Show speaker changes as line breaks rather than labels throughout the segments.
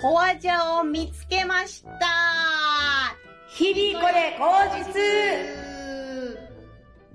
ホワジャを見つけました
日々これ口実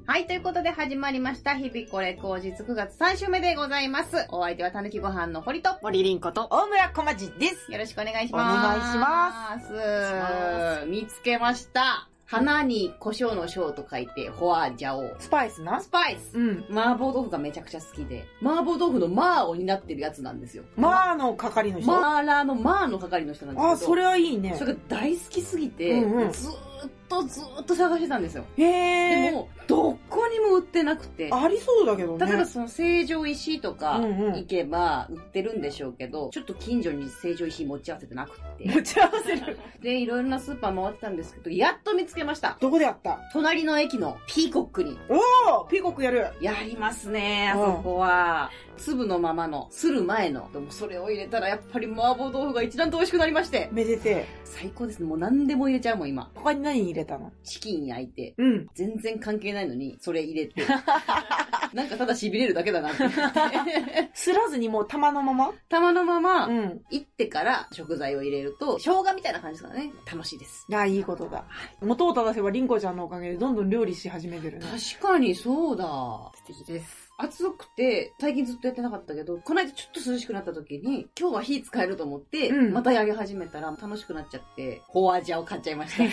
はい、ということで始まりました。日々これ口実9月3週目でございます。お相手はたぬきご飯の堀と、
森凛子と。
大村小町です。
よろしくお願いします。
お願
いします。見つけました。花に胡椒の椒と書いて、ホワジャオ。
スパイスな
スパイス。
うん。
麻婆豆腐がめちゃくちゃ好きで、麻婆豆腐のマーを担ってるやつなんですよ。
まあの係の人。
マーラーのマーの係の人なんですけど。
あ、それはいいね
そ。れが大好きすぎて、
うんうん
ずーっとずーっと探してたんですよ。
へ
で
え。
も、どこにも売ってなくて。
ありそうだけどね。
例えばその成城石井とか
うんうん
行けば売ってるんでしょうけど、ちょっと近所に成城石井持ち合わせてなく って。
持ち合わせる。
で、いろいろなスーパー回ってたんですけど、やっと見つけました。
どこでやった
隣の駅のピーコックに。
おピーコックやる。
やりますね、あそこは。粒のままの、する前の。でもそれを入れたらやっぱり麻婆豆腐が一段と美味しくなりまして。
めでて
最高ですね。もう何でも入れちゃうもん、今。
え。他に何入れたの
チキン焼いて。
うん。
全然関係ないのに、それ入れ て。なんかただ痺れるだけだなって思 って。
すらずにもう玉のまま
玉のまま、
うん。
行ってから食材を入れると、生姜みたいな感じですからね。楽しいです。
あ、いいことだ。元を正せば、リンコちゃんのおかげでどんどん料理し始めてるね。
確かにそうだ。
素敵です。
暑くて、最近ずっとやってなかったけど、この間ちょっと涼しくなった時に、今日は火使えると思って、
うん
またやり始めたら楽しくなっちゃって、ホアジャを買っちゃいま した。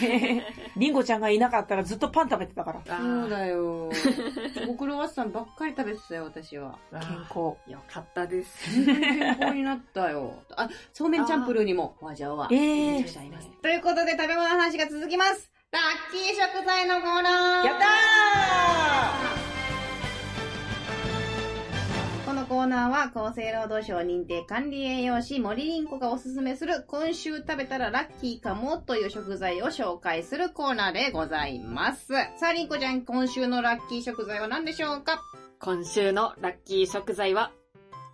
リンコちゃんがいなかったらずっとパン食べてたから。
あ
そうだよ。ご苦労ワッサンばっかり食べてたよ、私は。
わ
健
あ
康。
よかったです。
健康になったよ。あ、そうめんチャンプルーにも、ホアジャオは、
えー
入れてきてあります。ということで、食べ物の話が続きます。ラッキー食材のコーナー
やった
このコーナーは厚生労働省認定管理栄養士森凛子がおすすめする今週食べたらラッキーかもという食材を紹介するコーナーでございます。さあ凛子ちゃん、今週のラッキー食材は何でしょうか
今週のラッキー食材は、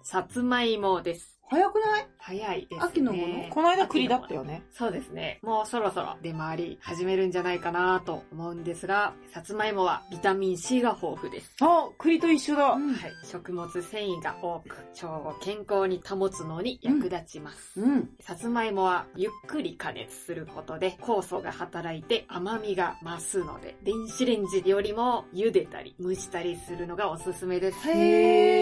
さつまいもです。
早くない
早いですね。
秋のもの
ーこの間栗だったよね。
そうですね。もうそろそろ出回り始めるんじゃないかなと思うんですが、さつまいもはビタミン C が豊富です。
あ、栗と一緒だ。
はい。食物繊維が多く、腸を健康に保つのに役立ちます。
うん。
さつまいもはゆっくり加熱することで酵素が働いて甘みが増すので、電子レンジよりも茹でたり蒸したりするのがおすすめです。
へ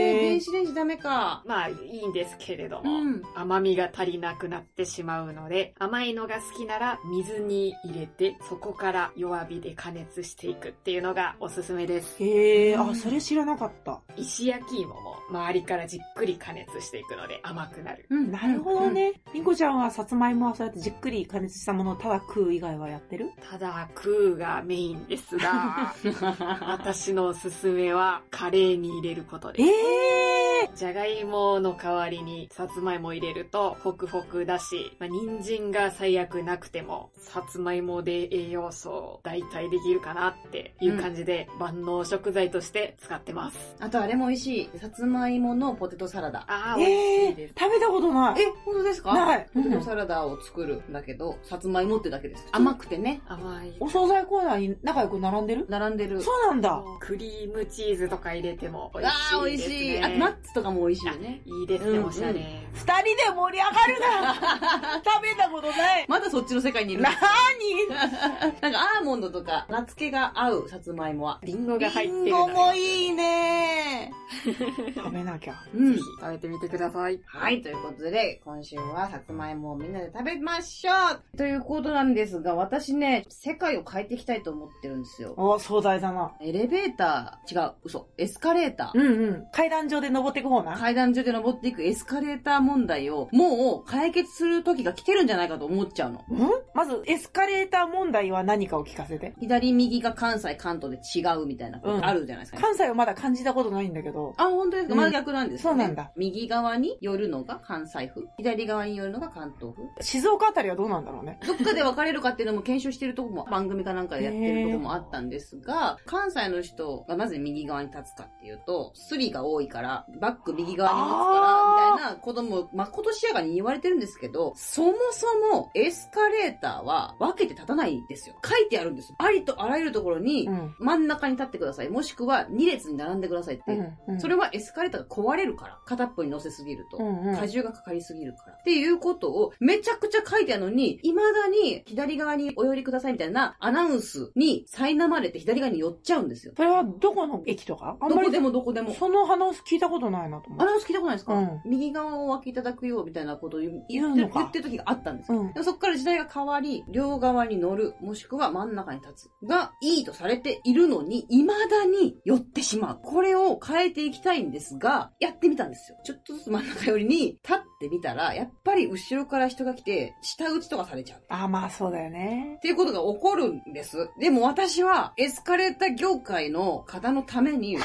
へ
ー、
ー
電子レンジダメか。
まあいいんですけれど
う
も、
ん。
甘みが足りなくなってしまうので、甘いのが好きなら水に入れて、そこから弱火で加熱していくっていうのがおすすめです。
へえ、
う
あ、
ん
それ知らなかった。
石焼き芋も周りからじっくり加熱していくので甘くなる。
うん
なるほど。ね。リンコちゃんはさつまいもはそうやってじっくり加熱したものをただ食う以外はやってる
ただ、空がメインです が、私のおすすめはカレーに入れること
え
です。
え
じゃがいもの代わりにさつまいも入れるとホクホクだし、まあ、人参が最悪なくてもさつまいもで栄養素を代替できるかなっていう感じで、万能食材として使ってます。
あとあれも美味しい。さつまいものポテトサラダ。
ああ、美味
え
しい
え
です。
食べたことない。
え、本当ですか
ない
ポテトサラダを作るんだけど、さつまいもってだけです。甘くてね、
甘い。
お惣菜コーナーに仲良く並んでる
並んでる。
そうなんだ。
クリームチーズとか入れても美味しいです、ね。
ああ、美味しい。あとナッツとかも美味しいよね。
いいです
うん
ね、
うん
おしゃれ。
二人で盛り上がるな食べたことない
まだそっちの世界にいる。
な
な
ー
んかアーモンドとか、夏気が合うさつまいもは。
リンゴが入って
に
る
リン
の
ゴ
で
もいいね食べなきゃ。
う
ぜ
ん
ひ。食べてみてください。
はい、ということで、今週はさつまいもをみんなで食べましょうということなんですが、私ね、世界を変えていきたいと思ってるんですよ。
お、壮大だな。
エレベーター、違う、嘘、エスカレーター。
うんうん。階段上で登っていく方な。
階段上で登っていくエスカレーター問題を、もう解決する時が来てるんじゃないかと思っちゃうの。
んまず、エスカレーター問題は何かを聞かせて。
左右が関西、関東で違うみたいなことあるじゃないですか。
関西はまだ感じたことないんだけど。
あ、本当ですか、
うん
まあ逆なんですよ
そうなんだ。
右側に寄るのが関西風。左側に寄るのが関東風。
静岡あたりはどうなんだろうね。
どっかで分かれるかっていうのも検証してるとこも、番組かなんかでやってるとこもあったんですが、関西の人がなぜ右側に立つかっていうと、スリが多いから、バック右側に立つから、
あー
みたいなことも、まことしやかに言われてるんですけど、そもそもエスカレーターは分けて立たないんですよ。書いてあるんですよ。ありとあらゆるところに
う、ん。
真ん中に立ってください。もしくは2列に並んでくださいって
うん。うんうん
それはエスカレーターが壊れるから。片っぽに乗せすぎると。
うんうん
荷重がかかりすぎるから。っていうことをめちゃくちゃ書いてあるのに、未だに左側にお寄りくださいみたいなアナウンスに苛まれて左側に寄っちゃうんですよ。
それはどこの駅とかあん
ど
ま
こ
り
でもどこでも。
その話聞いたことないなと思
ア
って。
ナウンス聞いたことないですか、
うん
右側をお分けいただくよみたいなことを言って
言う
言
の
っ
か
てる時があったんですよ。
うん
で。もそこから時代が変わり、両側に乗る、もしくは真ん中に立つ、がいいとされているのに、未だに寄ってしまう。これを変えていきたいんですが、やってみたんですよ。ちょっとずつ真ん中寄りに立ってみたら、やっぱり後ろから人が来て、舌打ちとかされちゃう。
あ、まあそうだよね
っ。ていうことが起こるんです。でも私は、エスカレーター業界の方のために、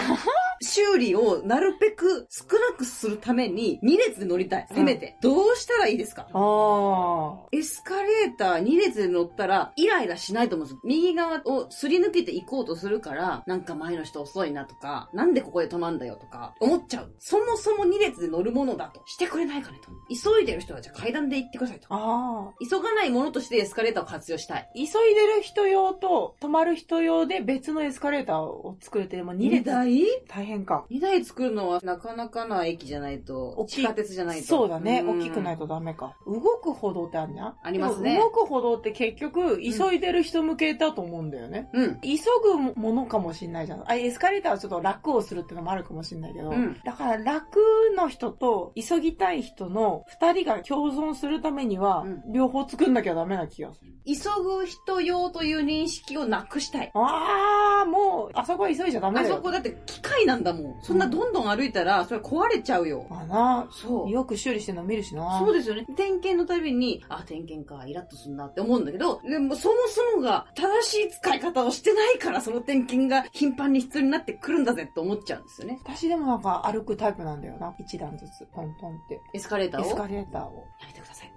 修理をなるべく少なくするために、2列で乗りたい。せめて。どうしたらいいですか
ああ。
エスカレーター2列で乗ったら、イライラしないと思うんです。右側をすり抜けていこうとするから、なんか前の人遅いなとか、なんでここで止まんだよとか、思っちゃう。そもそも2列で乗るものだと。してくれないかねと。急いでる人はじゃあ階段で行ってくださいと。
ああ。
急がないものとしてエスカレーターを活用したい。
急いでる人用と、止まる人用で別のエスカレーターを作るって、でも2列
台
大変か。
?2 台作るのはなかなかな駅じゃないと
大、きい
地下鉄じゃないと。
そうだね。
ん
大きくない。とダメか。動く歩道ってあるじゃん
ありますね
でも動く歩道って結局、急いでる人向けだと思うんだよね。
うん。
急ぐものかもしんないじゃん。あ、エスカレーターはちょっと楽をするってのもあるかもしんないけど。
うん
だから楽の人と急ぎたい人の二人が共存するためには、
うん
両方作んなきゃダメな気がする。
急ぐ人用という認識をなくしたい。
あー、もう、あそこは急いじゃダメ
あ
だよ。
そこだって機械なんだもん。そんなどんどん歩いたら、それ壊れちゃうよ。
まあな、
そう。
よく修理してるの見るしな。
そう
で
ですよね。点検のたびに、あ、点検か、イラッとすんなって思うんだけど、でもそもそもが正しい使い方をしてないから、その点検が頻繁に必要になってくるんだぜと思っちゃうんですよね。
私でもなんか歩くタイプなんだよな。一段ずつ、トントンって。
エスカレーター
エ
を。
ス
や
カレーターを。
めてください。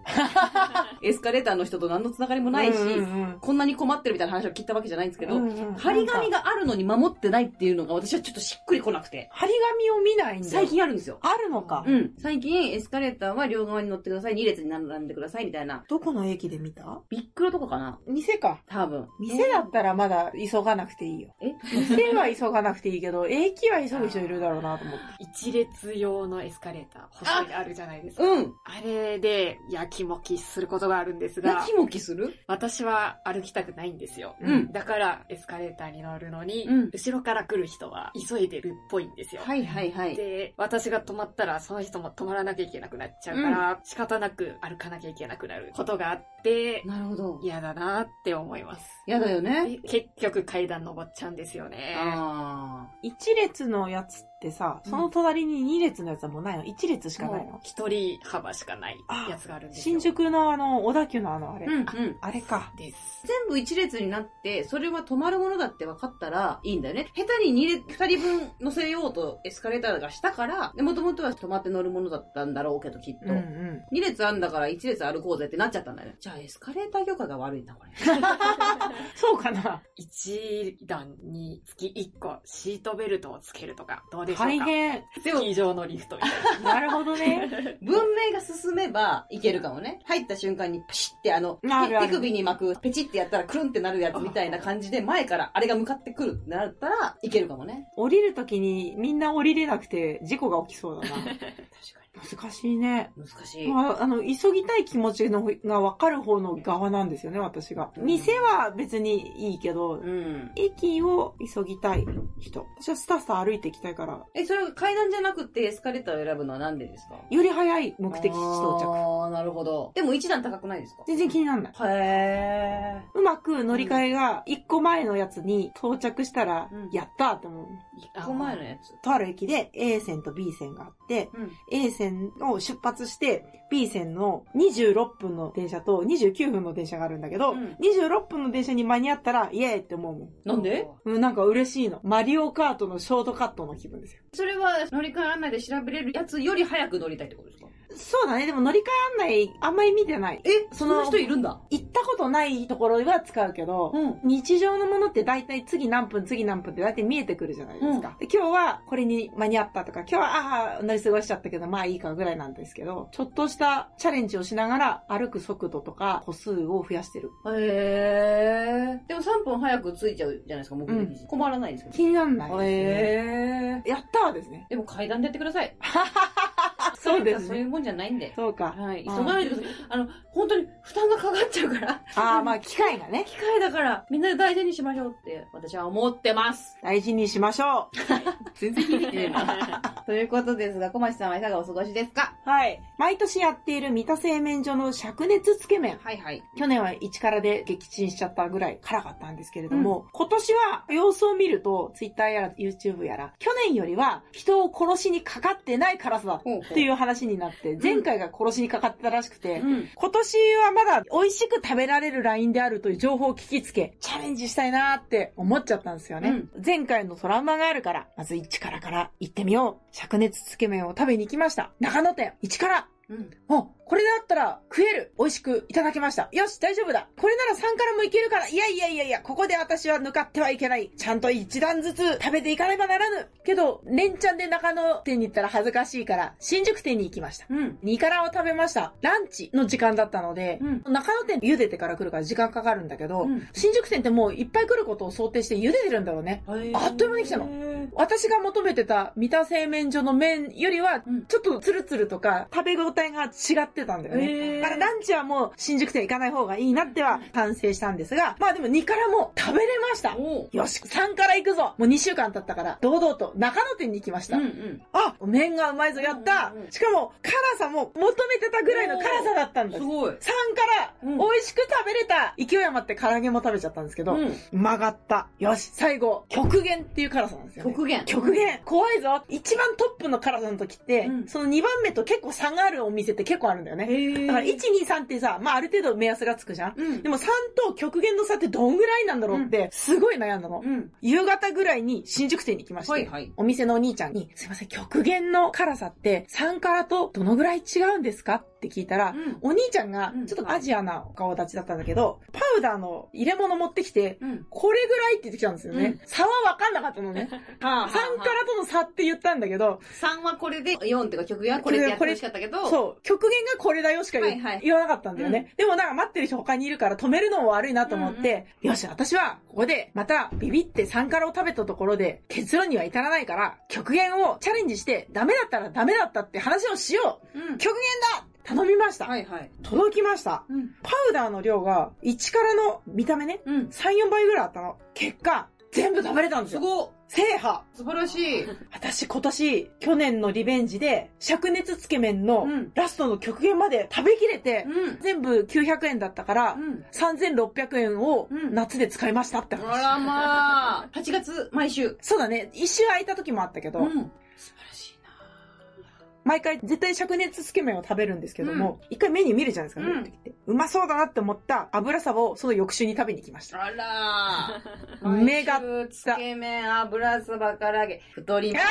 エスカレーターの人と何のつながりもないし、
うん
こんなに困ってるみたいな話を聞いたわけじゃないんですけど、
うんうん
張り紙
なんか
があるのに守ってないっていうのが私はちょっとしっくりこなくて、
張り紙を見ないんだよ。
最近あるんですよ。
あるのか。
うん。最近、エスカレーターは両側に乗ってください、2列に並んでください、みたいな。
どこの駅で見た
ビックロとかかな
店か。
多分。
店だったらまだ急がなくていいよ。
え
店は急がなくていいけ ど、駅は急ぐ人いるだろうなと思って。
一列用のエスカレーター、細いあるじゃないですか。
うん。
あれで、やきもきすることがあるんです
や
が
き、もきする
私は歩きたくないんですよ。
うん
だから、エスカレーターに乗るのに、
うん
後ろから来る人は急いでるっぽいんですよ。
はいはいはい。
で、私が止まったら、その人も止まらなきゃいけなくなっちゃうから、仕方なく歩かなきゃいけなくなることがあって、
なるほど。
嫌だなって思います。
やだよね。
で結局階段登っちゃうんですよね。
あ
一列のやつってさ、その隣に二列のやつはもうないの一列し
あ。
かないの
一人幅しかないやつがあるんですよ。
新宿のあの、小田急のあの、あれ。
うんうん。
あれか。
です。
全部一列になって、それは止まるものだって分かったらいいんだよね。下手に二列、二人分乗せようとエスカレーターがしたから、もともとは止まって乗るものだったんだろうけど、きっと。
うんうん。
二列あんだから一列歩こうぜってなっちゃったんだよね。じゃあエスカレーター業界が悪いんだ、こ れ。
そうかな。
一段につき一個シートベルトをつけるとか、どうでしょうか
大変。
で
以上のリフトみたい
なるほど ね。
な。
文明が進めばいけるかもね。入った瞬間にパシってあの、
あるある
手首に巻く、ペチってやったらクルンってなるやつみたいな感じで前からあれが向かってくるってなったらいけるかもね。
降りるときにみんな降りれなくて事故が起きそう だな。
確か
難しいね。
に。難しい。
まあ、あの、急ぎたい気持ちのが分かる方の側なんですよね、私が。
うん
店は別にいいけど、
うん。
駅を急ぎたい人。私はスタスタ歩いていきたいから、
え、それは階段じゃなくてエスカレーターを選ぶのはなんでですか
より早い目的地到着。
ああ、なるほど。でも一段高くないですか
全然気にならない。
へ
うまく乗り換えが一個前のやつに到着したら
うん、
やったーって思う。
ー。1個前のやつ。
とある駅で A 線と B 線があって、
うん。
A 線を出発して、B 線の26分の電車と29分の電車があるんだけど、
うん
26分の電車に間に合ったら、イエーイって思うもん。
なんで
うん、なんか嬉しいの。マリオカートのショートカットの気分ですよ。
それは乗り換え案内で調べれるやつより早く乗りたいってことですか
そうだね。でも乗り換え案内あんまり見てない。
え
そ
そ
の
の人いるんだ。
行ったことないところは使うけど、
ん。
日常のものって大体次何分次何分って大体見えてくるじゃないですか。で今日はこれに間に合ったとか、今日はああ、乗り過ごしちゃったけどまあいいかぐらいなんですけど、ちょっとしたチャレンジをしながら歩く速度とか歩数を増やしてる。
へえ。でも3分早く着いちゃうじゃないですか、目的地。困らないですよ。
気になんないですね、
へえ。
やったーはですね。
でも階段でやってください。
そうです
そうい
ね。
うもんじゃないんで。
そうか。
はい。急
あー
がないでください。あの、本当に負担がかかっちゃうから。
ああ、まあ機会がね、
機械だから、みんなで大事にしましょうって、私は思ってます。
大事にしましょう。 全然響いてない。
ということですが、小町さんはいかがお過ごしですか
はい。毎年やっている三田製麺所の灼熱つけ麺。
はいはい。
去年は一からで撃沈しちゃったぐらい辛かったんですけれども、今年は様子を見ると、Twitter やら YouTube やら、去年よりは人を殺しにかかってない辛さだ
ほう。
っていうう話になって、前回が殺しにかかってたらしくて、
うん。
今年はまだ美味しく食べられるラインであるという情報を聞きつけ、チャレンジしたいなーって思っちゃったんですよね。前回のトラウマがあるから、まず一からから行ってみよう。灼熱つけ麺を食べに行きました。長野店、一から
うん。
お、これだったら食える。美味しくいただきました。よし、大丈夫だ。これなら3からもいけるから。いやいやいやいや、ここで私は抜かってはいけない。ちゃんと一段ずつ食べていかねばならぬ。けど、連チャンで中野店に行ったら恥ずかしいから、新宿店に行きました。
うん。
ニカラを食べました。ランチの時間だったので、
う
中野店茹でてから来るから時間かかるんだけど、
うん
新宿店ってもういっぱい来ることを想定して茹でてるんだろうね。あっという間に来たの
の。
私が求めてた三田製麺所の麺よりは
うん、
ちょっとツルツルとか食べ応えが違ってたんだよね。
え
だからランチはもう新宿店行かない方がいいなっては反省したんですが、まあでも2からも食べれました。
おう。
よし、3から行くぞもう2週間経ったから、堂々と中野店に行きました。
うんうん。
あ麺がうまいぞやった、
うんうんうん
しかも辛さも求めてたぐらいの辛さだったんですす。
ごい。
3から
うん
美味しく食べれた勢い余って唐揚げも食べちゃったんですけど、
うん。
曲がった。よし、最後、極限っていう辛さなんですよ、ね。
極限。
極限怖いぞ一番トップの辛さの時って、
うん
その2番目と結構差があるお店って結構あるんだよね。
へえ。
だから123ってさ、まあある程度目安がつくじゃん
うん。
でも3と極限の差ってどんぐらいなんだろうって、すごい悩んだの。
うん。
夕方ぐらいに新宿店に行きまして、
はいはい。
お店のお兄ちゃんに、すいません、極限の辛さって3辛とどのぐらい違うんですかって聞いたら、
うん。
お兄ちゃんが
うん、
ちょっとアジアなお顔立ちだったんだけど、パウダーの入れ物持ってきて、
うん。
これぐらいって言ってきたんですよね。差は分かんなかったのね。3
三
からとの差って言ったんだけど、
3はこれで、4っていうか曲がこれでやってほしかったけど、
そう、極限がこれだよしか言,、
はいはい
言わなかったんだよね。でもなんか待ってる人他にいるから止めるのも悪いなと思って、よし、私はここでまたビビって3からを食べたところで結論には至らないから、極限をチャレンジしてダメだったらダメだったって話をしよう
うん。
極限だ頼みました、
はいはい。
届きました。
うん。
パウダーの量が1からの見た目ね、
うん。
3、4倍ぐらいあったの。結果、全部食べれたんです
す
よ。
ごっ
制覇
素晴らしい。
私今年、去年のリベンジで、灼熱つけ麺の
うん
ラストの極限まで食べきれて、
うん。
全部900円だったから、
うん。
3600円を
うん
夏で使いましたって
あ
話。
らまあ。8月、毎週。
そうだね。一周空いた時もあったけど、
うん。素晴らしい
毎回絶対灼熱つけ麺を食べるんですけども、一回メニュー見るじゃないですか、
うん
出てきてうまそうだなって思った油サバをその翌週に食べに来ました。
なあらー。
目が
毎週つけ麺、油そば、唐揚げ、太ります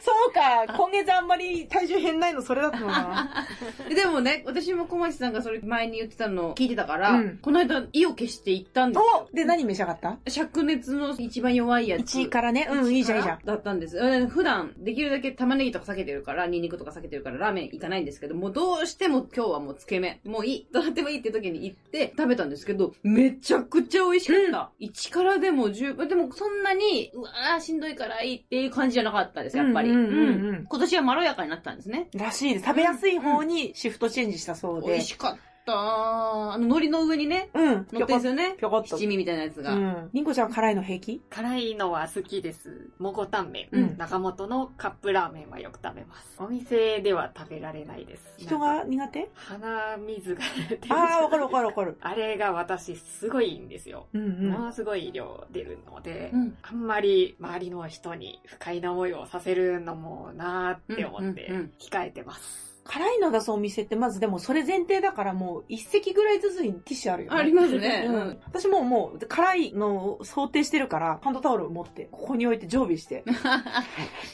そうか、今月あんまり体重減んないのそれだったのかな。
よ。 でもね、私も小町さんがそれ前に言ってたのを聞いてたから、
うん
この間意を決して行ったんですよ。
おで、何召し上がった
灼熱の一番弱いやつ。
?1 位からね。うん、いいじゃん、いいじゃん。
だったんです。うん普段、できるだけ玉ねぎとか避けてるから、ニンニクとか避けてるから、ラーメン行かないんですけど、もうどうしても今日はもうつけ麺、もういい、どうなってもいいって時に行って食べたんですけど、めちゃくちゃ美味しかった。一、からでも十分、でもそんなに、うわーしんどいからいいっていう感じじゃなかったです、やっぱり。
うんうんうんうん
今年はまろやかになったんですね。
らしいです。食べやすい方にシフトチェンジしたそう
美
で
味。しかった。あの、海苔の上にね、
うん。
乗ってんですよね。
ぴょこっと。
七味みたいなやつ
う
が。
ん。りんこちゃんは辛いの平気
辛いのは好きです。もこタンメン。
うん
中本のカップラーメンはよく食べます。お店では食べられないです。
人
なん
が
か
苦手
鼻水が出てる。
ああ、わかるわかるわかる。
あれが私すごいいいんですよ。
うん
も
うん。
のすごい量出るので、
うん
あんまり周りの人に不快な思いをさせるのもなーって思っ
うんうんう
て
ん
控えてます。
辛いの出すお店って、まずでもそれ前提だからもう一席ぐらいずつにティッシュあるよ、ね。
ありますね。う
う
ん
ん、私もうもう辛いのを想定してるからハンドタオルを持ってここに置いて常備して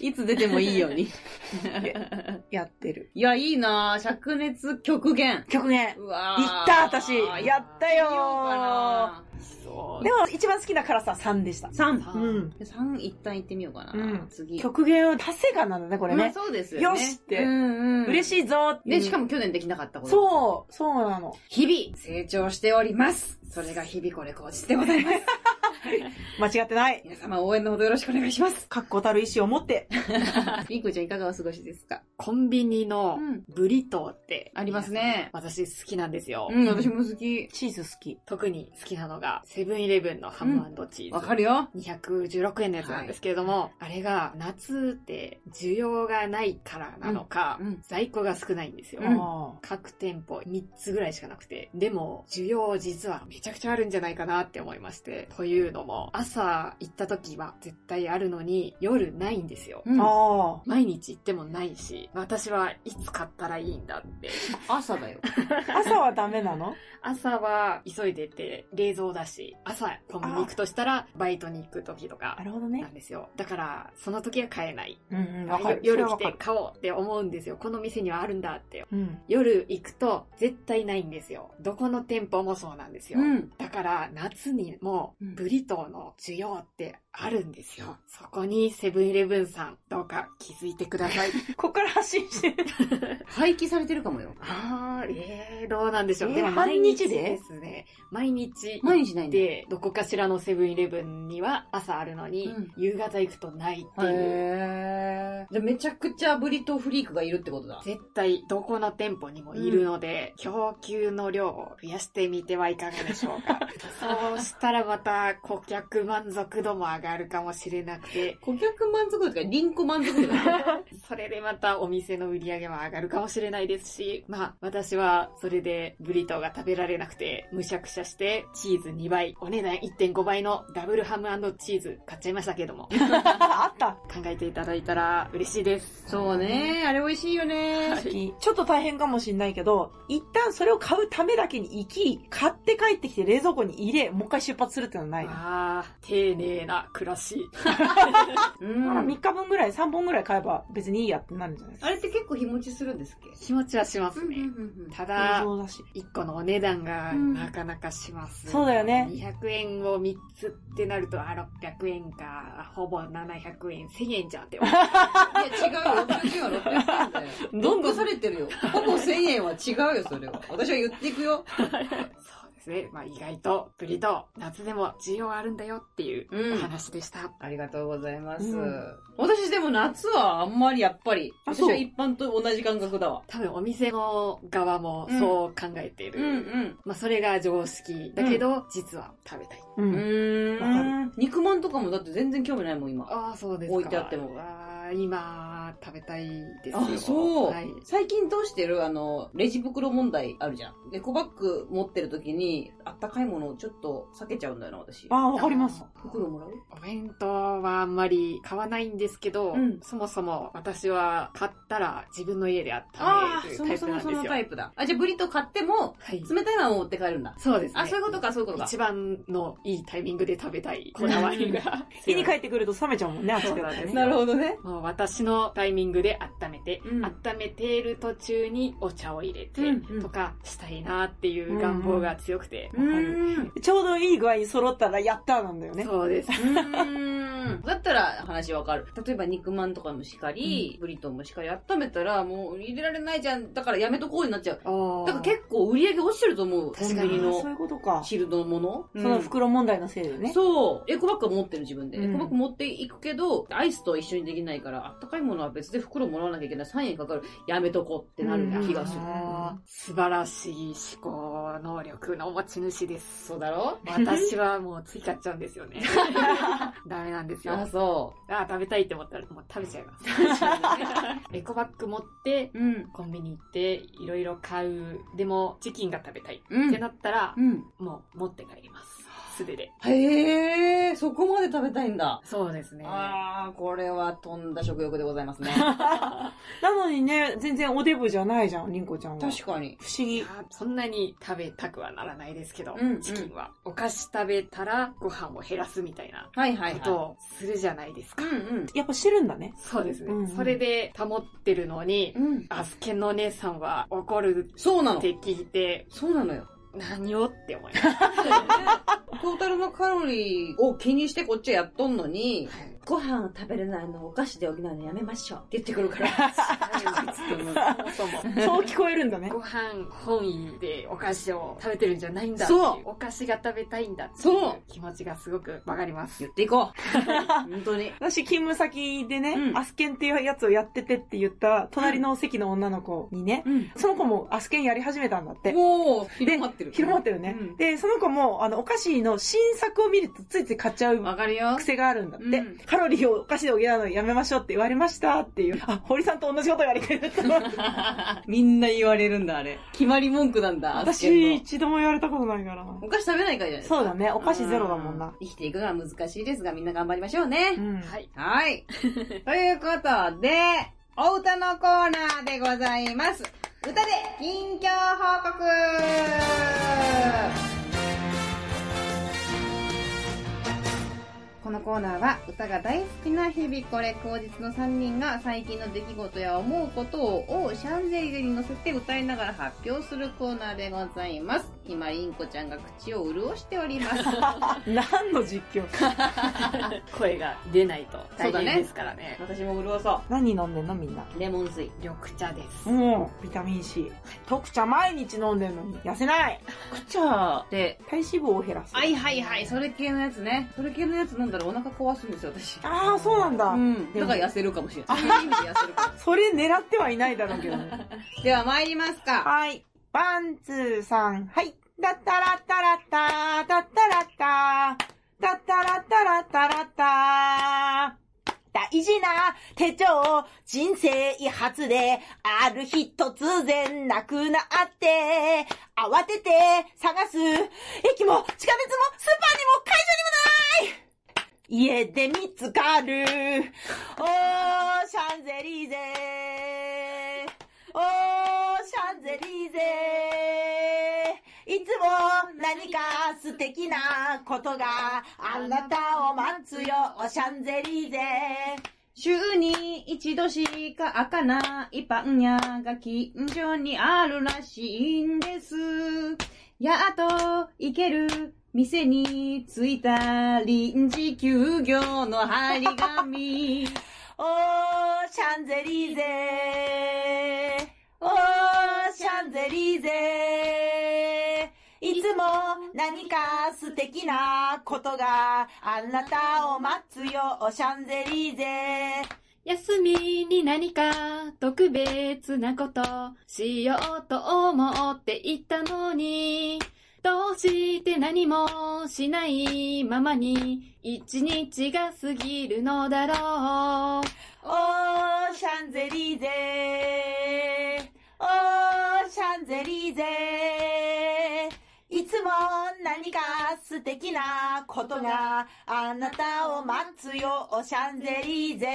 いつ出てもいいように。
やってる
いや、いいなぁ。灼熱極限。
極限
うわ
いった私
や
やったよー
そう
でも一番好きな辛さは3でした
三
さあ
うん
三一旦行ってみようかな。
うん
次。
極限を達成感なんだねこれ
まあ
ね、
そうですよね。
よしって
うんうん。
嬉
い。
しいぞって
ね、しかも去年できなかったこと。う。
そうそうなの
日々、成長しております。それが日々これこうしてございます。
間違ってない。
皆様応援のほどよろしくお願いします。
確固たる意志を持って。
ピンクちゃんいかがお過ごしですか
コンビニの
うん
ブリトーって、
あります。ね。
私好きなんですよ。
うん、私も好き。
チーズ好き。
特に好きなのが、セブンイレブンのハムチーズ。
わかるよ。
216円のやつなんですけれども、あれが夏って需要がないからなのか、
うんうん
在庫が少ないんですよ。
うん
あ
各店舗3つぐらいしかなくて、でも需要実はめちゃくちゃあるんじゃないかなって思いまして、というのも朝行った時は絶対あるのに夜ないんですよ。
うん
あ。あ
毎日行ってもないし、私はいつ買ったらいいんだって。
朝だよ。
あ。 朝はダメなの
朝は急いでて冷蔵だし、朝コンビニ行くとしたらバイトに行く時とか
なるほど
な
ね
ん。ですよ。だから、その時は買えない。
うんうん、わか
よ
る。
夜
それは
来て
わか
買おうって思うんですよ。この店にはあるんだって。
る。うん。
夜行くと絶対ないんですよ。どこの店舗もそうなんですよ。
うん。
だから夏にも
うん
ブリトーの需要ってあるんですよ。そこにセブンイレブンさん、どうか気づいてください。
ここから発信してる。
廃棄されてるかもよ。
あー、えー、どうなんでしょう。
えー
でも毎
半日
日
で
ですね。毎日
毎日ないんだ。
で、どこかしらのセブンイレブンには朝あるのに、
うん
夕方行くとないっていう。
へー。じゃあめちゃくちゃブリトーフリークがいるってことだ。
絶対どこの店舗にもいるので、供給の量を増やしてみてはいかがでしょうか。そうしたらまた顧客満足度も上がるかもしれなくて、
顧客満足度とか、リンコ満足度だ。
それでまたお店の売り上げも上がるかもしれないですし、まあ私はそれでブリトーが食べられなくて、むしゃくしゃしてチーズ2倍、お値段1.5倍のダブルハムチーズ買っちゃいましたけども、
あった。
考えていただいたら嬉しいです。
そうね。あれ美味しいよね。
はい
ちょっと大変かもしれないけど、一旦それを買うためだけに行き、買って帰ってきて冷蔵庫に入れ、もう一回出発するっていうのはない。
ああ、丁寧な暮らし。
うん。
3日分ぐらい、3本ぐらい買えば別にいいやってなるんじゃないですか。
あれって結構日持ちするんですっけ
気持ちはしますね。ただ、
冷蔵だし。
一個のお値段が
うん
なかなかします。
そうだよね
200円を3つってなると、あ、600円か、ほぼ700円、1000円じゃんって思う。
いや、違うよ。60円は600円だよ。 ど
ど
ん
ん
ど
ど
ん
ん
されてるよ。ほぼ1000円は違うよ、それは。私は言っていくよ。
そうですね。まあ意外と、ブリと、夏でも需要あるんだよっていう
うん
お話でした。
ありがとうございます。
うん
私でも夏はあんまりやっぱり、
あ
私
そう
は一般と同じ感覚だわ。
多分お店の側もそう考えている。
ん。
まあそれが常識だけど、実は食べたい。
う。
うん
わか
ーん。肉まんとかもだって全然興味ないもん、今。
ああ、そうですか。
置いてあっても
あー今、食べたいですよ。
あ、そう、
はい。
最近どうしてるあの、レジ袋問題あるじゃん。エコバッグ持ってる時に、あったかいものをちょっと避けちゃうんだよな、私。
ああ、わかります。
袋もらう
お弁当はあんまり買わないんですけど、
うん
そもそも私は買ったら自分の家であった
あ
め
あ、
る
そも
というタイ
そ
プなん
も
です
そ
よ。
のタイプだ。あ、じゃあブリトー買っても、
はい。
冷たいまま持って帰るんだ。
そうですね。
あ、そういうことか、そういうことか。
一番のいいタイミングで食べたいこだわり が。
家に帰ってくると冷めちゃうもんね、暑く
そう
て
なんですよ
なるほどね。
もう私のタイミングで温めて、
うん
温めている途中にお茶を入れて
うんうん
とかしたいなっていう願望が強くて。
うーん。
ちょうどいい具合に揃ったら、やったーなんだよね。
そうです。
うーんだったら話わかる。例えば肉まんとかもしかり、ブリトーもしかり温めたらもう入れられないじゃん。だからやめとこうになっちゃう。だから結構売り上げ落ちてると思う。コ
確
ン
か
ビ
に
ニ
あーそうい
の
うことか。
汁のもの。
その
うん
袋問題のせいでね。
そう。エコバッグは持ってる自分で。
う
エ
ん
コバッグ持っていくけど、アイスとは一緒にできないから、あったかいものは別で袋もらわなきゃいけない。3円かかる。やめとこうってなる気がする
う。ん
あー素晴らしい思考能力の持ち主です。
そうだろ
私はもうつい買っちゃうんです よね。ダメなんですよ。
あ、
あ
そ
ー食べたいって思ったらもう食べちゃいます。 エコバッグ持って
う。、うん。
コンビニ行って、いろいろ買う。でも、チキンが食べたい。
うん
ってなったら、
うん。
もう持って帰ります。素手で。
へえ、そこまで食べたいんだ。
そうですね。
ああ、これは飛んだ食欲でございますね。
なのにね、全然おデブじゃないじゃん、りんこちゃんは。
確かに。
不思議。
あーそんなに食べたくはならないですけど、
うん
チキンは。お菓子食べたら、ご飯を減らすみたいな
はいは
こ
い
と
は
をするじゃないで
い。
すか。
うん
やっぱ知るんだね。
そうですね。
うんうん
それで保ってるのに、
うん。うん。
アスケのお姉さんは怒る
そうな
っ
の。
て聞いて、
そうなのよ。
何をっ て思いました。
トータルのカロリーを気にしてこっちはやっとんのに、
ご飯を食べれないのをお菓子で補うのやめましょうって言ってくるから。
そもそも。
そう聞こえるんだね
ご。飯本位でお菓子を食べてるんじゃないんだってい
そう
お菓子が食べたいんだってい
そう
う気持ちがすごくわかります。
言っていこう。本当に。
私、勤務先でね、
うん
アスケンっていうやつをやっててって言った、隣の席の女の子にね、
うん。
その子もアスケンやり始めたんだって。
おー、
で
広まってる。
広まってるね。
うん
で、その子も、あの、お菓子の新作を見るとついつい買っちゃう
わかるよ。
癖があるんだって、
うん
カロリーをお菓子で補うのやめましょうって言われましたっていう。あ、堀さんと同じこと言われてる。
みんな言われるんだ、あれ。決まり文句なんだ、
私、
私。
一度も言われたことないからな
お。菓子食べないからじゃないですか。
そうだね、お菓子ゼロだもん
う
な。。
生きていくのは難しいですが、みんな頑張りましょうね。
うん。
はい。
はい。ということで、お歌のコーナーでございます。歌で近況報告このコーナーは歌が大好きな日々これ口実の3人が最近の出来事や思うことをオーシャンゼリゼに乗せて歌いながら発表するコーナーでございます。今、りんこちゃんが口を潤しております。
何の実況
声が出ないと
そう
大
だね
変ですからね。
私も潤そ
何飲んでんのみんな。
う。レモン 水。
緑茶です。
もう、ビタミン C。特茶毎日飲んでんのに痩せない
くちゃで、
体脂肪を減らす。
はいはいはい、それ系のやつね。それ系のやつ飲んだらお腹壊すんですよ、私。
ああ、そうなんだ。
うん。だから痩せるかもしれない。そういう意味で痩せるかも
それ狙ってはいないだろうけどね。
では参りますか。
はい。ワン、ツー、サン、はい。だったらったらったー、だったらったー、だったらったらったらったー。大事な手帳、人生初で、ある日突然なくなって、慌てて探す、駅も地下鉄もスーパーにも会場にもない家で見つかる、おー、シャンゼリーゼー。おー、シャンゼリーゼー。いつも何か素敵なことがあなたを待つよ、おシャンゼリーゼ
週に一度しか開かないパン屋が近所にあるらしいんです。やっと行ける店に着いた臨時休業の張り 紙。
おー、シャンゼリーゼおー、シャンゼリーゼいつも何か素敵なことがあなたを待つよ、おシャンゼリーゼ
休みに何か特別なことしようと思っていたのに、どうして何もしないままに一日が過ぎるのだろう。
おー、シャンゼリーゼおー、シャンゼリーゼいつも何か素敵なことがあなたを待つよ、おシャンゼリーゼ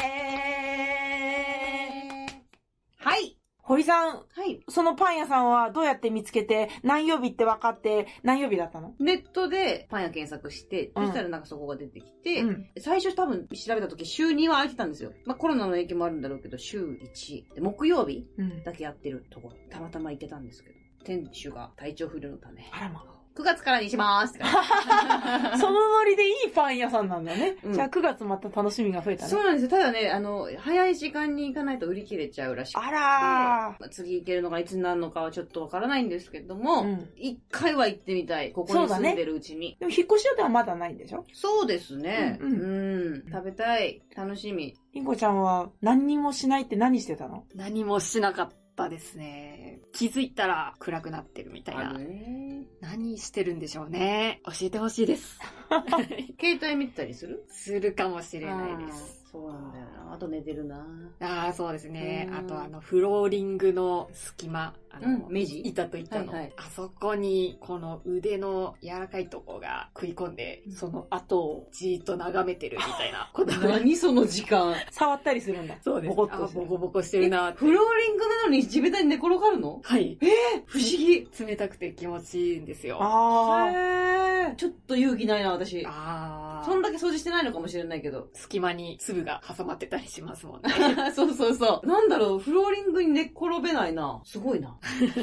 はい。
堀さん、
はい。
そのパン屋さんはどうやって見つけて、何曜日って分かって、何曜日だったの
ネットでパン屋検索して、
うん
そしたらなんかそこが出てきて、
うん。
最初多分調べた時週2は空いてたんですよ。まあコロナの影響もあるんだろうけど、週1。で木曜日
うん。
だけやってるところ、たまたま行けたんですけど、店主が体調不良のため、
あらま。
9月からにしますって
そのノリでいいパン屋さんなんだね。
うん
じゃあ9月また楽しみが増えたね。
そうなんですよ。ただね、あの、早い時間に行かないと売り切れちゃうらしくて、
あら
まあ次行けるのがいつになるのかはちょっとわからないんですけど
ー。
も、
うん。
一回は行ってみたい。ここに住んでるうちに。
でも引っ越し予定はまだないんでしょ
そうですね。う
うん
ん、
う
食べたい。楽しみ。
りんこちゃんは何にもしないって何してたの
何もしなかったですね。気づいたら暗くなってるみたい
ある。
な
ね。
何してるんでしょうね。教えてほしい です。
携帯見てたりする
するかもしれないで
あ
す。
ー。そうなんだよな。あと寝てるな。
ああ、そうですね
う。ん
あと、あの、フローリングの隙間、あの、
うん目地
板と板の、
はいはい
あそこに、この腕の柔らかいとこが食い込んで、その後をじーっと眺めてるみたい なことが。
何その時間。
触ったりするんだ。
そうです。
ボコッ
あ
と
ー
して
ボコボコしてるなって
フローリングなのに地べたに寝転がるの
はい。
不思議。
冷たくて気持ちいいんですよ。あ
あ
へーちょっと勇気ないな、私。
あー。。
そんだけ掃除してないのかもしれない けど
隙間に粒が 挟まってたりしますもん ね。
そうそうそう。なんだろう、フローリングに寝っ転べないな。すごいな。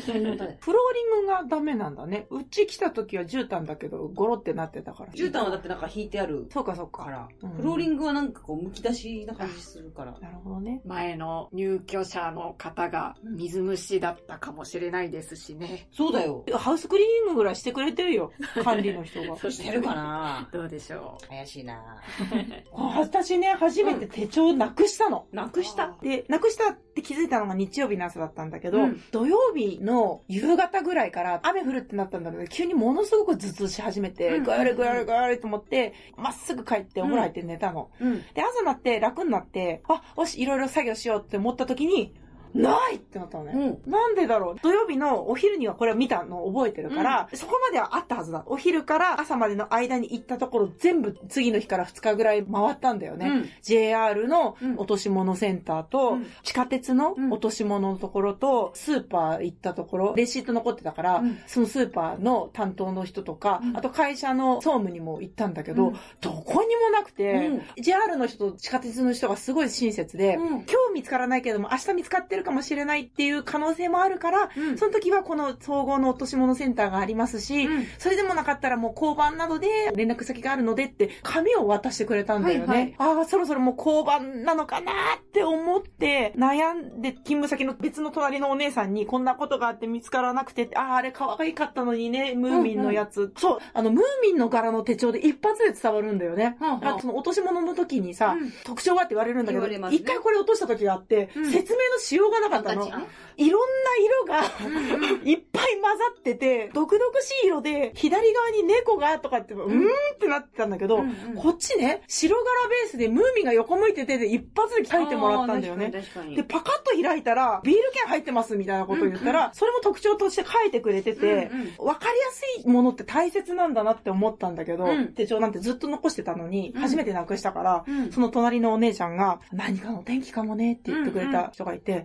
そういうことで。
フローリングがダメなんだね。うち来た時は絨毯だけど、ゴロってなってたから。
絨毯はだってなんか引いてある
そうかそう
か
か。
ら、
うん
フローリングはなんかこう、むき出しな感じするから。
なるほどね。
前の入居者の方が水虫だったかもしれないですしね。
そうだよ。
ハウスクリーニングぐらいしてくれてるよ。管理の人 が。
してるか な
どうでしょ
怪しいな
あ私ね、初めて手帳なくしたの。
なくした
で、なくしたって気づいたのが日曜日の朝だったんだけど、
うん
土曜日の夕方ぐらいから雨降るってなったんだけど、急にものすごく頭痛し始めて、
うん
ぐわるぐわるぐわると思って、まっすぐ帰ってお風呂入って寝たの。
うん。
で、朝になって楽になって、あ、よし、いろいろ作業しようって思った時に、ないってなったのね。
うん。
なんでだろう土曜日のお昼にはこれを見たのを覚えてるから、そこまではあったはずだ。お昼から朝までの間に行ったところ全部次の日から2日ぐらい回ったんだよね。JR の
うん
落とし物センターと、
うん
地下鉄の
うん
落とし物のところと、スーパー行ったところ、レシート残ってたから、
うん
そのスーパーの担当の人とか、
うん
あと会社の総務にも行ったんだけど、
うん
どこにもなくて、
うん
JR の人と地下鉄の人がすごい親切で、
うん。
今日見つからないけども、明日見つかってるかもしれないっていう可能性もあるから、
うん
その時はこの総合の落とし物センターがありますし、
うん
それでもなかったらもう交番などで連絡先があるのでって紙を渡してくれたんだよね。
はいはい
ああ、そろそろもう交番なのかなって思って悩んで勤務先の別の隣のお姉さんにこんなことがあって見つからなくて、ああ、あれ可愛かったのにね、ムーミンのやつ。そう、あのムーミンの柄の手帳で一発で伝わるんだよね。
はあはあ
だからその落とし物の時にさ、
うん
特徴はって言われるんだけど、
言われますね
一回これ落とした時があって、
うん
説明のしようがなかったの。いろんな色が、いっぱい混ざってて、毒々しい色で、左側に猫がとかって、うーんってなってたんだけど、こっちね、白柄ベースでムーミンが横向いててで一発で書いてもらったんだよね。
確かに。
で、パカッと開いたら、ビール券入ってますみたいなことを言ったら、それも特徴として書いてくれてて、わかりやすいものって大切なんだなって思ったんだけど、
うん
手帳なんてずっと残してたのに、
うん
初めてなくしたから、
うん
その隣のお姉ちゃんが、何かの天気かもねって言ってくれた人がいて、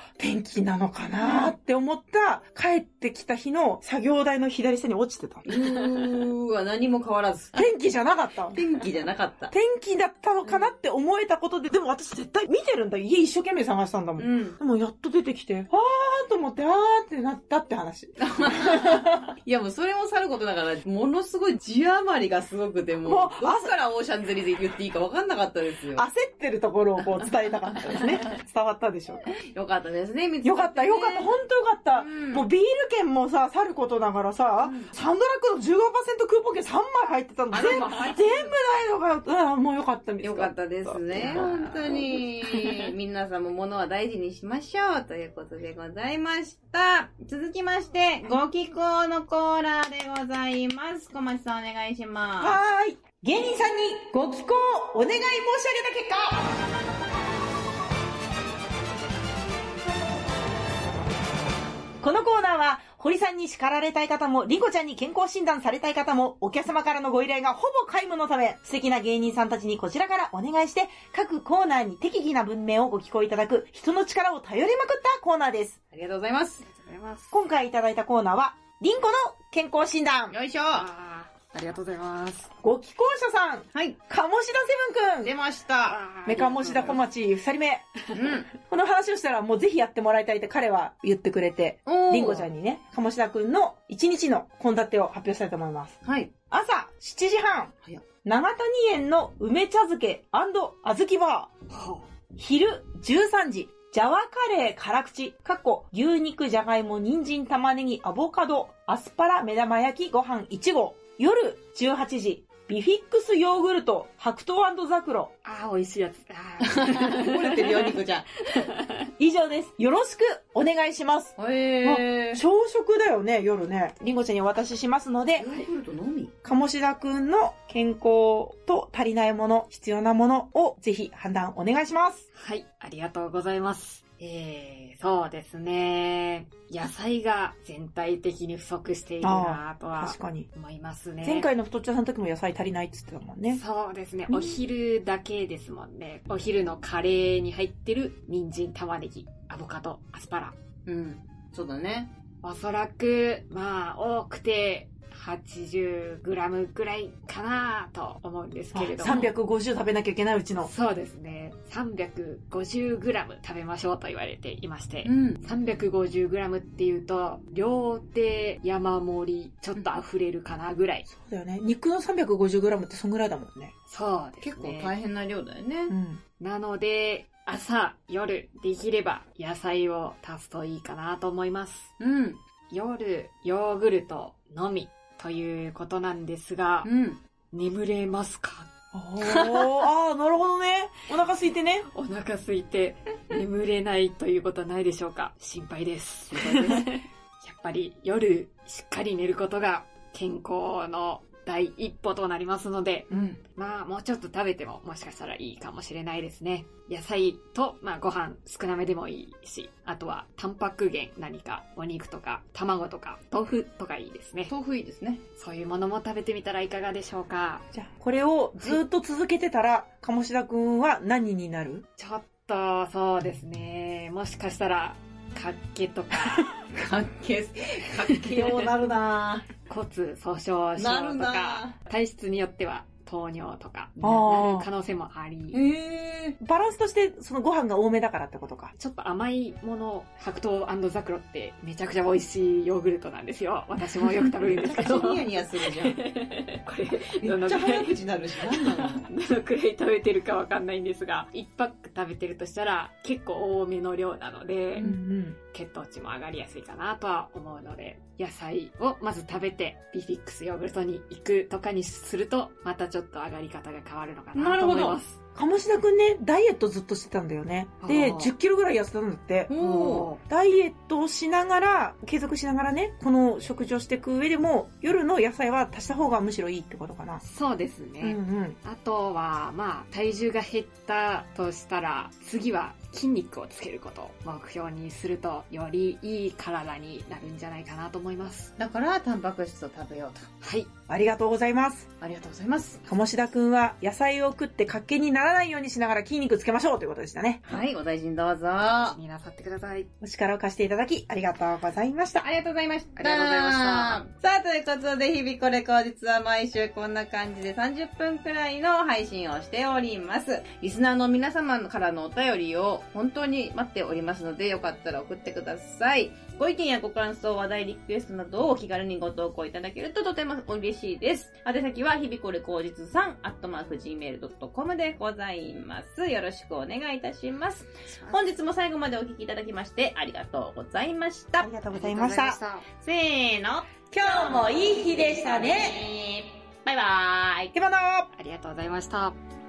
天気なのかなって思った、帰ってきた日の作業台の左下に落ちてた。
うーわ、何も変わらず。
天気じゃなかった。
天気じゃなかった。
天気だったのかなって思えたことで、でも私絶対見てるんだよ。家一生懸命探したんだもん。
うん。
でもやっと出てきて、あーと思って、あーってなったって話。
いやもうそれもさることながら、ものすごい字余りがすごくて、もう
もう、
どっからオーシャンゼリーで言っていいか分かんなかったですよ。
焦ってるところをこう伝えたかったです ね。 伝わったでしょうか。
よかったですね、見つ
よ
か
かった、よかった、
ね
本当よかった。
うん
もうビール券もさ、さることながらさ、サンドラックの15%クーポン券3枚入ってたの。
あ
全
ら
全部
ま
な
あ
いのかよ。ああもうよかったです
よかったですね、本当に。皆さんも物は大事にしましょうということでございました。続きまして、ご寄稿のコーナーでございます。小町さんお願いしま
はーい。芸人さんにご寄稿お願い申し上げた結果このコーナーは、堀さんに叱られたい方も、リコちゃんに健康診断されたい方も、お客様からのご依頼がほぼ皆無のため、素敵な芸人さんたちにこちらからお願いして、各コーナーに適宜な文明をご寄稿いただく、人の力を頼りまくったコーナーです。
す。ありがとうございます。
う。ありがとうございます。
今回いただいたコーナーは、リンコの健康診断。
よいしょ
あーありがとうございます。
ご寄稿者さん、
はい、
鴨志田セブンくん
出ました。
メカモシダ小町二人目。
うん。
この話をしたらもうぜひやってもらいたいって彼は言ってくれて、
おー
リンゴちゃんにね、鴨志田くんの一日の献立を発表したいと思います。
はい。
朝7時半
早っ、
長谷園の梅茶漬け小豆バ
は
ー。昼13時、ジャワカレー辛口、かっこ牛肉、じゃがいも、人参、玉ねぎ、アボカド、アスパラ、目玉焼き、ご飯1合。夜18時、ビフィックスヨーグルト、白桃ザクロ。
ああ、美味しいやつ。あ
漏れてるよ、ニコちゃん。
以上です。よろしくお願いします。
へー。
朝食だよね、夜ね。りんごちゃんにお渡ししますので
ヨ、ーグルトのみ
鴨志田くんの健康と足りないもの、必要なものをぜひ判断お願いします。
はい、ありがとうございます。えー、そうですね。野菜が全体的に不足しているなとは
確かに。
思いますね。
前回の太っちょさんの時も野菜足りないって言ってたもんね。
そうですね。
うん
お昼だけですもんね。お昼のカレーに入ってる人参、玉ねぎ、アボカド、アスパラ。
うん。そうだね。
おそらく、まあ、多くて 80g ぐらいかなと思うんですけれども。
350食べなきゃいけないうちの。
そうですね。350g 食べましょうと言われていまして。
うん。
350g っていうと、両手山盛り、ちょっと溢れるかなぐらい。
そうだよね。肉の 350g ってそんぐらいだもんね。
そうです
結
ね。
構大変な量だよね。
うん。
なので、朝、夜、できれば野菜を足すといいかなと思います。
うん。
夜、ヨーグルトのみということなんですが、
うん。
眠れますか
おー、あー、なるほどね。お腹空いてね。
お腹空いて眠れないということはないでしょうか心配です。やっぱり夜、しっかり寝ることが健康の第一歩となりますので、
うん。
まあもうちょっと食べてももしかしたらいいかもしれないですね。野菜と、まあご飯少なめでもいいし、あとはタンパク源何かお肉とか卵とか豆腐とかいいですね。
豆腐いいですね。
そういうものも食べてみたらいかがでしょうか
じゃあ、これをずっと続けてたら、鴨志田くんは何になる
ちょっとそうですね。もしかしたら、かっけとか
かっけえ、かっけようなるな
骨粗鬆症
なる
とか
な、
体質によっては糖尿とか、
あ
な
ー
る可能性もあり。
へえ。
バランスとして、そのご飯が多めだからってことか。
ちょっと甘いもの、白桃ザクロってめちゃくちゃ美味しいヨーグルトなんですよ。私もよく食べるんですけど。こ
ニヤニヤするじゃん。
れ、ど
めっ
の
ち
く
ゃ
ら
早
い、
口になるし、なんなの
どのくらい食べてるかわかんないんですが、1パック食べてるとしたら結構多めの量なので、
うんうん。
血糖値も上がりやすいかなとは思うので、野菜をまず食べて、ビフィックスヨーグルトに行くとかにすると、またちょっと上がり方が変わるのかなと思います。
鴨志田くんね、ダイエットずっとしてたんだよね。で、
あー
10キロぐらい痩せたんだっ て。
おー
ダイエットをしながら、継続しながらね、この食事をしていく上でも、夜の野菜は足した方がむしろいいってことかな。
そうですね。
うんうん。
あとは、まあ、体重が減ったとしたら、次は筋肉をつけることを目標にすると、よりいい体になるんじゃないかなと思います。
だから、タンパク質を食べようと。
はい。
ありがとうございます。
ありがとうございます。
鴨志田くんは、野菜を食って活気にならないようにしながら筋肉つけましょうということでしたね。
はい、ご大臣どうぞ。
気
あ
になさってください。
お力を貸していただき、ありがとうございました。
りがとうございました。
ありがとうございま
した。さあ、ということで、日々これ後日は毎週こんな感じで30分くらいの配信をしております。リスナーの皆様からのお便りを本当に待っておりますので、よかったら送ってください。ご意見やご感想、話題リクエストなどをお気軽にご投稿いただけるととても嬉しいです。宛先は、日々これ口実さん、アットマーク gmail.com でございます。よろしくお願いいたします。本日も最後までお聞きいただきまして、ありがとうございまし
あ
た
り。がとうございました。
せーの。今日もいい日でしたね。バイバーイ。
今の
ありがとうございました。ありがとうございました。